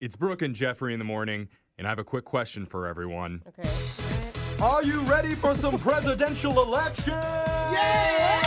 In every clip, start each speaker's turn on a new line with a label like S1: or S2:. S1: It's Brooke and Jeffrey in the morning, and I have a quick question for everyone.
S2: Okay.
S1: Are you ready for some presidential election? Yeah!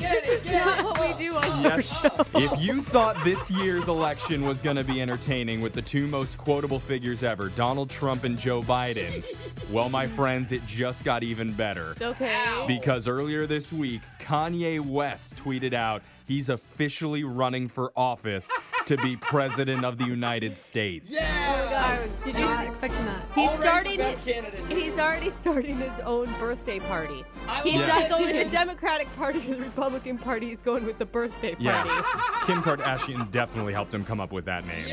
S2: This is not what we do on our
S1: Yes. If you thought this year's election was going to be entertaining with the two most quotable figures ever, Donald Trump and Joe Biden, well, my friends, it just got even better.
S2: Okay.
S1: Because earlier this week, Kanye West tweeted out he's officially running for office to be president of the United States.
S2: I was
S3: Did you not expecting that?
S2: He's
S4: Already the
S2: starting.
S4: best
S2: his-
S4: candidate.
S2: He's already starting his own birthday party. He's
S1: Yeah.
S2: not going with the Democratic Party or the Republican Party. He's going with the birthday party.
S1: Yeah. Kim Kardashian definitely helped him come up with that name.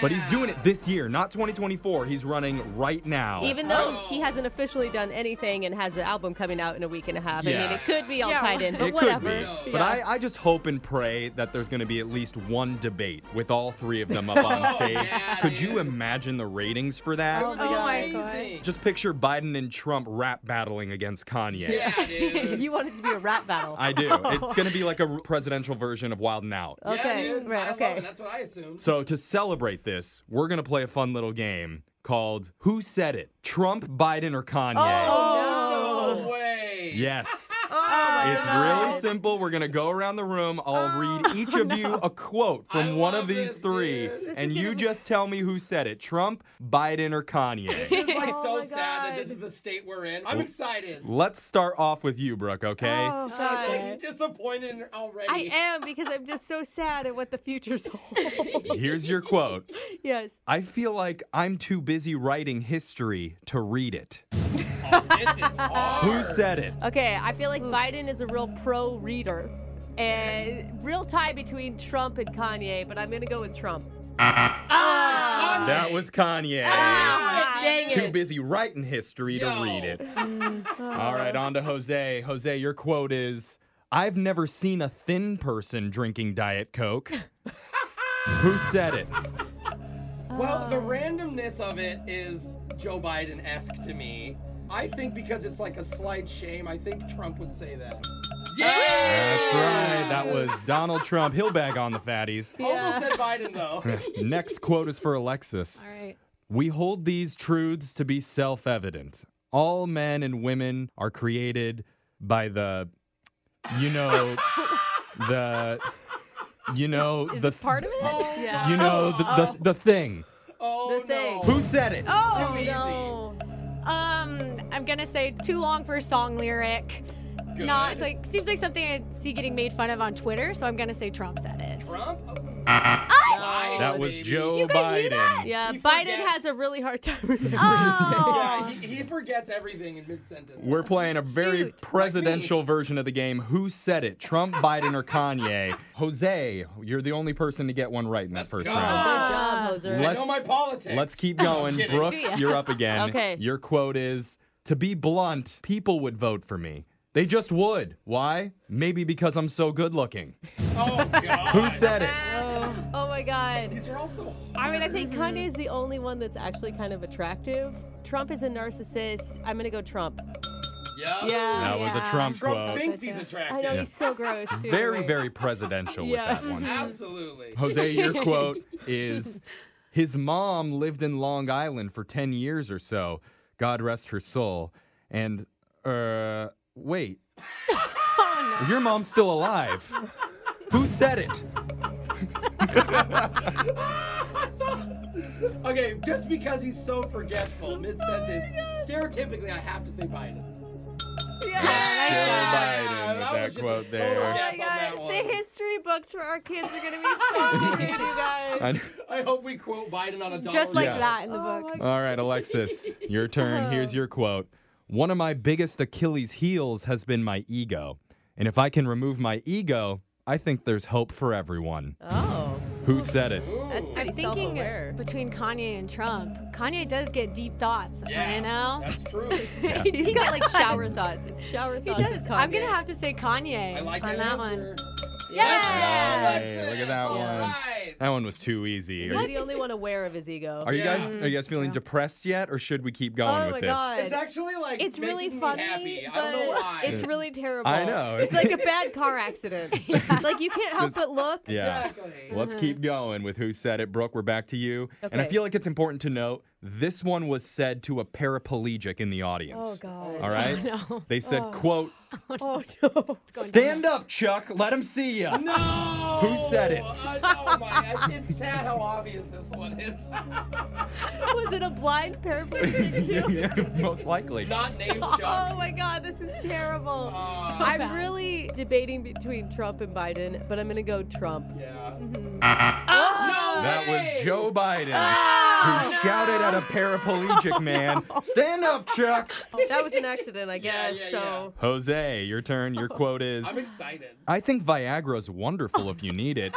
S1: But he's doing it this year, not 2024. He's running right now.
S2: Even though
S4: Oh.
S2: he hasn't officially done anything and has an album coming out in a week and a half. I
S1: Yeah.
S2: mean, it could be all
S3: Yeah.
S2: tied in, but
S1: it could
S2: whatever.
S1: be. But
S2: Yeah.
S1: I, I just hope and pray that there's going to be at least one debate with all three of them up on stage. could you imagine the ratings for that?
S3: Oh my
S4: Amazing.
S1: Just picture Biden and Trump rap battling against Kanye.
S4: Yeah, dude.
S2: you want it to be a rap battle.
S1: I do. It's going to be like a presidential version of Wild 'N Out.
S4: Yeah,
S2: okay.
S4: dude. I
S2: Right.
S4: love
S2: Okay.
S4: it. That's what I assumed.
S1: So to celebrate this, we're going to play a fun little game called Who Said It? Trump, Biden, or Kanye?
S2: Oh,
S4: Oh, no way.
S1: Yes.
S3: Oh my
S1: it's
S3: God. Oh.
S1: really simple. We're going to go around the room. I'll read each of you a quote from
S4: I
S1: one of
S4: love
S1: these
S4: this,
S1: three,
S4: dude. This
S1: and
S3: is
S1: you
S3: gonna be-
S1: just tell me who said it Trump, Biden, or Kanye.
S4: This is like
S3: Oh
S4: so
S3: my
S4: sad that this
S3: God.
S4: is the state we're in. I'm excited.
S1: Let's start off with you, Brooke, okay?
S4: I'm
S3: Oh
S4: like
S3: god.
S4: disappointed in her already.
S3: I am because I'm just so sad at what the future's holds.
S1: Here's your quote
S3: yes.
S1: I feel like I'm too busy writing history to read it.
S4: This is hard.
S1: Who said it?
S2: Okay, I feel like Biden is a real pro reader. And real tie between Trump and Kanye, but I'm gonna go with Trump.
S1: That was Kanye.
S2: Ah, dang
S1: Too
S2: it.
S1: busy writing history to
S4: Yo.
S1: read it.
S3: Mm-hmm.
S1: All right, on to Jose. Jose, your quote is I've never seen a thin person drinking Diet Coke. Who said it?
S4: Well, the randomness of it is Joe Biden esque to me. I think because it's like a slight shame, I think Trump would say that. Yeah!
S1: That's right. That was Donald Trump. He'll bag on the fatties.
S4: Almost said Biden though.
S1: Next quote is for Alexis.
S3: All right.
S1: We hold these truths to be self evident. All men and women are created by the, you know, the, you know,
S3: Is
S1: the,
S3: this part of it? yeah.
S1: you know, the, the, the thing.
S4: Oh
S2: The thing.
S4: no.
S1: Who said it?
S3: Oh,
S4: Too
S2: No.
S3: um, I'm gonna say too long for a song lyric.
S4: Good.
S3: Not it's like seems like something I see getting made fun of on Twitter, so I'm gonna say Trump said it.
S4: Trump?
S2: No.
S1: that was
S4: baby.
S1: Joe
S3: You guys knew
S1: Biden.
S2: Yeah,
S4: He
S2: Biden
S4: forgets.
S2: has a really hard time remembering.
S4: Yeah,
S3: Oh.
S4: he, he forgets everything in mid sentence.
S1: We're playing a very
S3: Shoot.
S1: presidential version of the game. Who said it? Trump, Biden, or Kanye? Jose, you're the only person to get one right in that
S4: Let's
S1: first
S4: go.
S1: round.
S2: Good job, Hoser.
S4: I know my
S1: Let's-
S4: politics.
S1: Let's keep going.
S4: kidding.
S1: Brooke,
S3: Do ya?
S1: you're up again.
S2: Okay.
S1: Your quote is To be blunt, people would vote for me. They just would. Why? Maybe because I'm so good looking.
S4: Oh god.
S1: Who said it?
S2: Oh my god. Mm-hmm.
S4: These are all so hard.
S2: I mean, I think Kanye is the only one that's actually kind of attractive. Trump is a narcissist. I'm gonna go Trump.
S4: Yeah.
S2: Yeah.
S1: That was a
S3: Yeah.
S1: Trump
S4: Trump
S1: quote.
S4: thinks he's
S2: I know
S4: attractive.
S2: he's so gross too.
S1: Very,
S2: right?
S1: very presidential with
S2: Yeah.
S1: that one.
S3: Mm-hmm.
S4: Absolutely.
S1: Jose, your quote is His mom lived in Long Island for 10 years or so. God rest her soul. And, uh, wait. Your mom's still alive. Who said it?
S4: Okay, just because he's so forgetful mid sentence, stereotypically I have to say Biden.
S2: Yeah.
S1: Joe
S4: Yeah,
S1: Biden with
S4: that
S1: that,
S4: was just a
S1: quote
S4: total
S1: there.
S2: Oh my
S4: Yes, on that
S2: god,
S4: one.
S2: the history books for our kids are gonna be so screwed, you guys.
S1: I-
S4: I hope we quote Biden on a dollar.
S3: Just like
S1: Yeah.
S3: that in the
S2: Oh
S3: book.
S2: my
S1: All right, Alexis, your turn. Here's your quote. One of my biggest Achilles heels has been my ego. And if I can remove my ego, I think there's hope for everyone.
S2: Oh,
S1: Who said it?
S4: Ooh.
S2: that's pretty
S3: I'm thinking
S2: self-aware.
S3: between Kanye and Trump. Kanye does get deep thoughts,
S4: Yeah,
S3: you know?
S4: That's true.
S2: He's got like shower thoughts. It's shower
S3: He
S2: thoughts.
S3: does.
S2: with
S3: I'm
S2: Kanye.
S3: gonna have to say Kanye
S4: I like
S3: on
S4: that, answer.
S3: that, one.
S4: Let's go,
S3: Yeah.
S1: Hey,
S4: Alexis!
S1: look at that
S4: All
S1: one.
S4: right.
S1: That one was too easy. Are
S2: He's
S1: you,
S2: the only one aware of his ego.
S1: are you
S4: Yeah.
S1: guys are you guys feeling depressed yet, or should we keep going
S2: oh
S1: with
S2: my
S1: this?
S2: god.
S4: It's actually like
S2: It's really
S4: making me
S2: funny,
S4: happy.
S2: but
S4: I don't know why.
S2: it's really terrible.
S1: I know.
S2: It's like a bad car accident. Like you can't help but look.
S1: Yeah.
S4: Exactly.
S1: Let's keep going with who said it. Brooke, we're back to you. And I
S2: Okay.
S1: feel like it's important to note this one was said to a paraplegic in the
S2: Oh
S1: audience.
S2: god.
S1: All right?
S3: no.
S1: They said, quote,
S2: Oh no.
S1: stand up, Chuck. Let him see you.
S4: No!
S1: Who said it?
S4: I- oh my! I- It's sad how obvious this one is.
S2: Was it a blind paraplegic too?
S1: Most likely.
S4: Not named
S2: Oh
S4: Chuck.
S2: my god, this is terrible.
S4: Uh,
S2: I'm
S3: bad.
S2: really debating between Trump and Biden, but I'm gonna go Trump.
S4: yeah.
S2: Mm-hmm.
S3: Oh,
S4: No
S1: That
S4: way!
S1: was Joe Biden
S2: Ah,
S1: who
S3: no.
S1: shouted at a paraplegic man, stand up, Chuck.
S2: That was an accident, I
S4: Yeah,
S2: guess.
S4: yeah,
S2: so
S1: Jose, your turn. Your quote is
S4: I'm excited.
S1: I think Viagra's wonderful if you need it.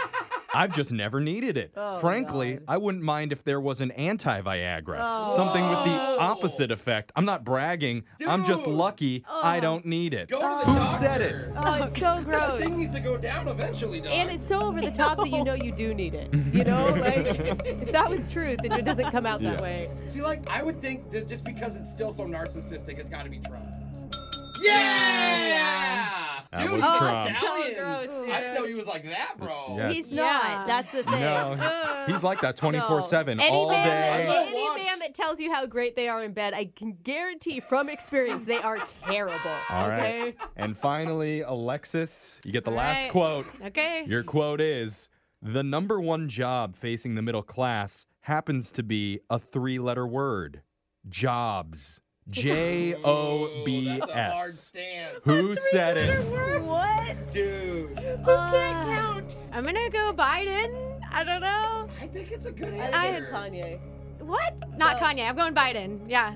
S1: I've just never needed it.
S2: Oh,
S1: Frankly,
S2: God.
S1: I wouldn't mind if there was an anti Viagra.
S2: Oh.
S1: Something with the
S4: Whoa.
S1: opposite effect. I'm not bragging. I'm just
S4: Dude.
S1: lucky I don't need it.
S4: Go to the
S1: Who
S4: doctor.
S1: said it?
S2: Um, Oh, it's so
S4: That
S2: gross.
S4: thing needs to go down eventually, Doc.
S2: And it's so over the top that you know you do need it. You know, like if that was truth, then it doesn't come out that
S1: Yeah.
S2: way.
S4: See, like, I would think that just because it's still so narcissistic, it's got to be Trump. Yeah!
S1: That
S4: Dude,
S1: was
S4: he's
S1: Oh,
S4: Italian.
S1: that's
S2: so gross, dude.
S4: I didn't know he was like that, bro.
S1: Yeah.
S2: He's
S3: Yeah.
S2: not. That's the thing.
S1: No, he's like that 24 7
S2: Any
S1: all
S2: man
S1: day.
S2: That,
S4: Oh,
S2: any
S4: watch.
S2: man that tells you how great they are in bed, I can guarantee from experience they are terrible.
S1: All right.
S2: okay.
S1: And finally, Alexis, you get the
S3: All
S1: last
S3: right.
S1: quote.
S3: Okay.
S1: Your quote is The number one job facing the middle class happens to be a three letter word jobs. J O B
S4: Ooh, That's a hard
S1: S.
S4: stance.
S1: Who said it?
S3: What?
S4: Dude,
S3: Who can't count? I'm gonna go Biden. I don't know.
S4: I think it's a good
S2: I think
S4: answer.
S2: it's Kanye.
S3: What? Not
S2: No.
S3: Kanye. I'm going Biden. Yeah.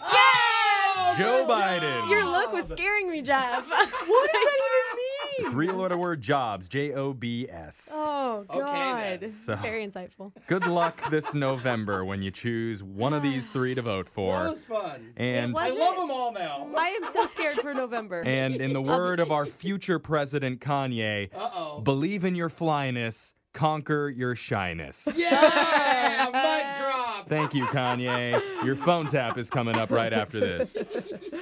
S4: Oh,
S1: Joe
S4: good
S1: Biden.
S4: job.
S3: Your look was scaring me, Jeff. Oh. what does that even mean?
S1: Three letter word jobs. J O B S.
S2: Oh
S4: Okay,
S2: God.
S4: then.
S1: So
S3: Very insightful.
S1: good luck this November when you choose one of these three to vote
S4: That
S1: for.
S4: was fun.
S1: And
S4: I
S2: was-
S4: love them all now.
S2: I am so scared for November.
S1: and in the word of our future president Kanye,
S4: Uh oh.
S1: believe in your flyness, conquer your shyness.
S4: Yeah! Mic drop.
S1: Thank you, Kanye. Your phone tap is coming up right after this.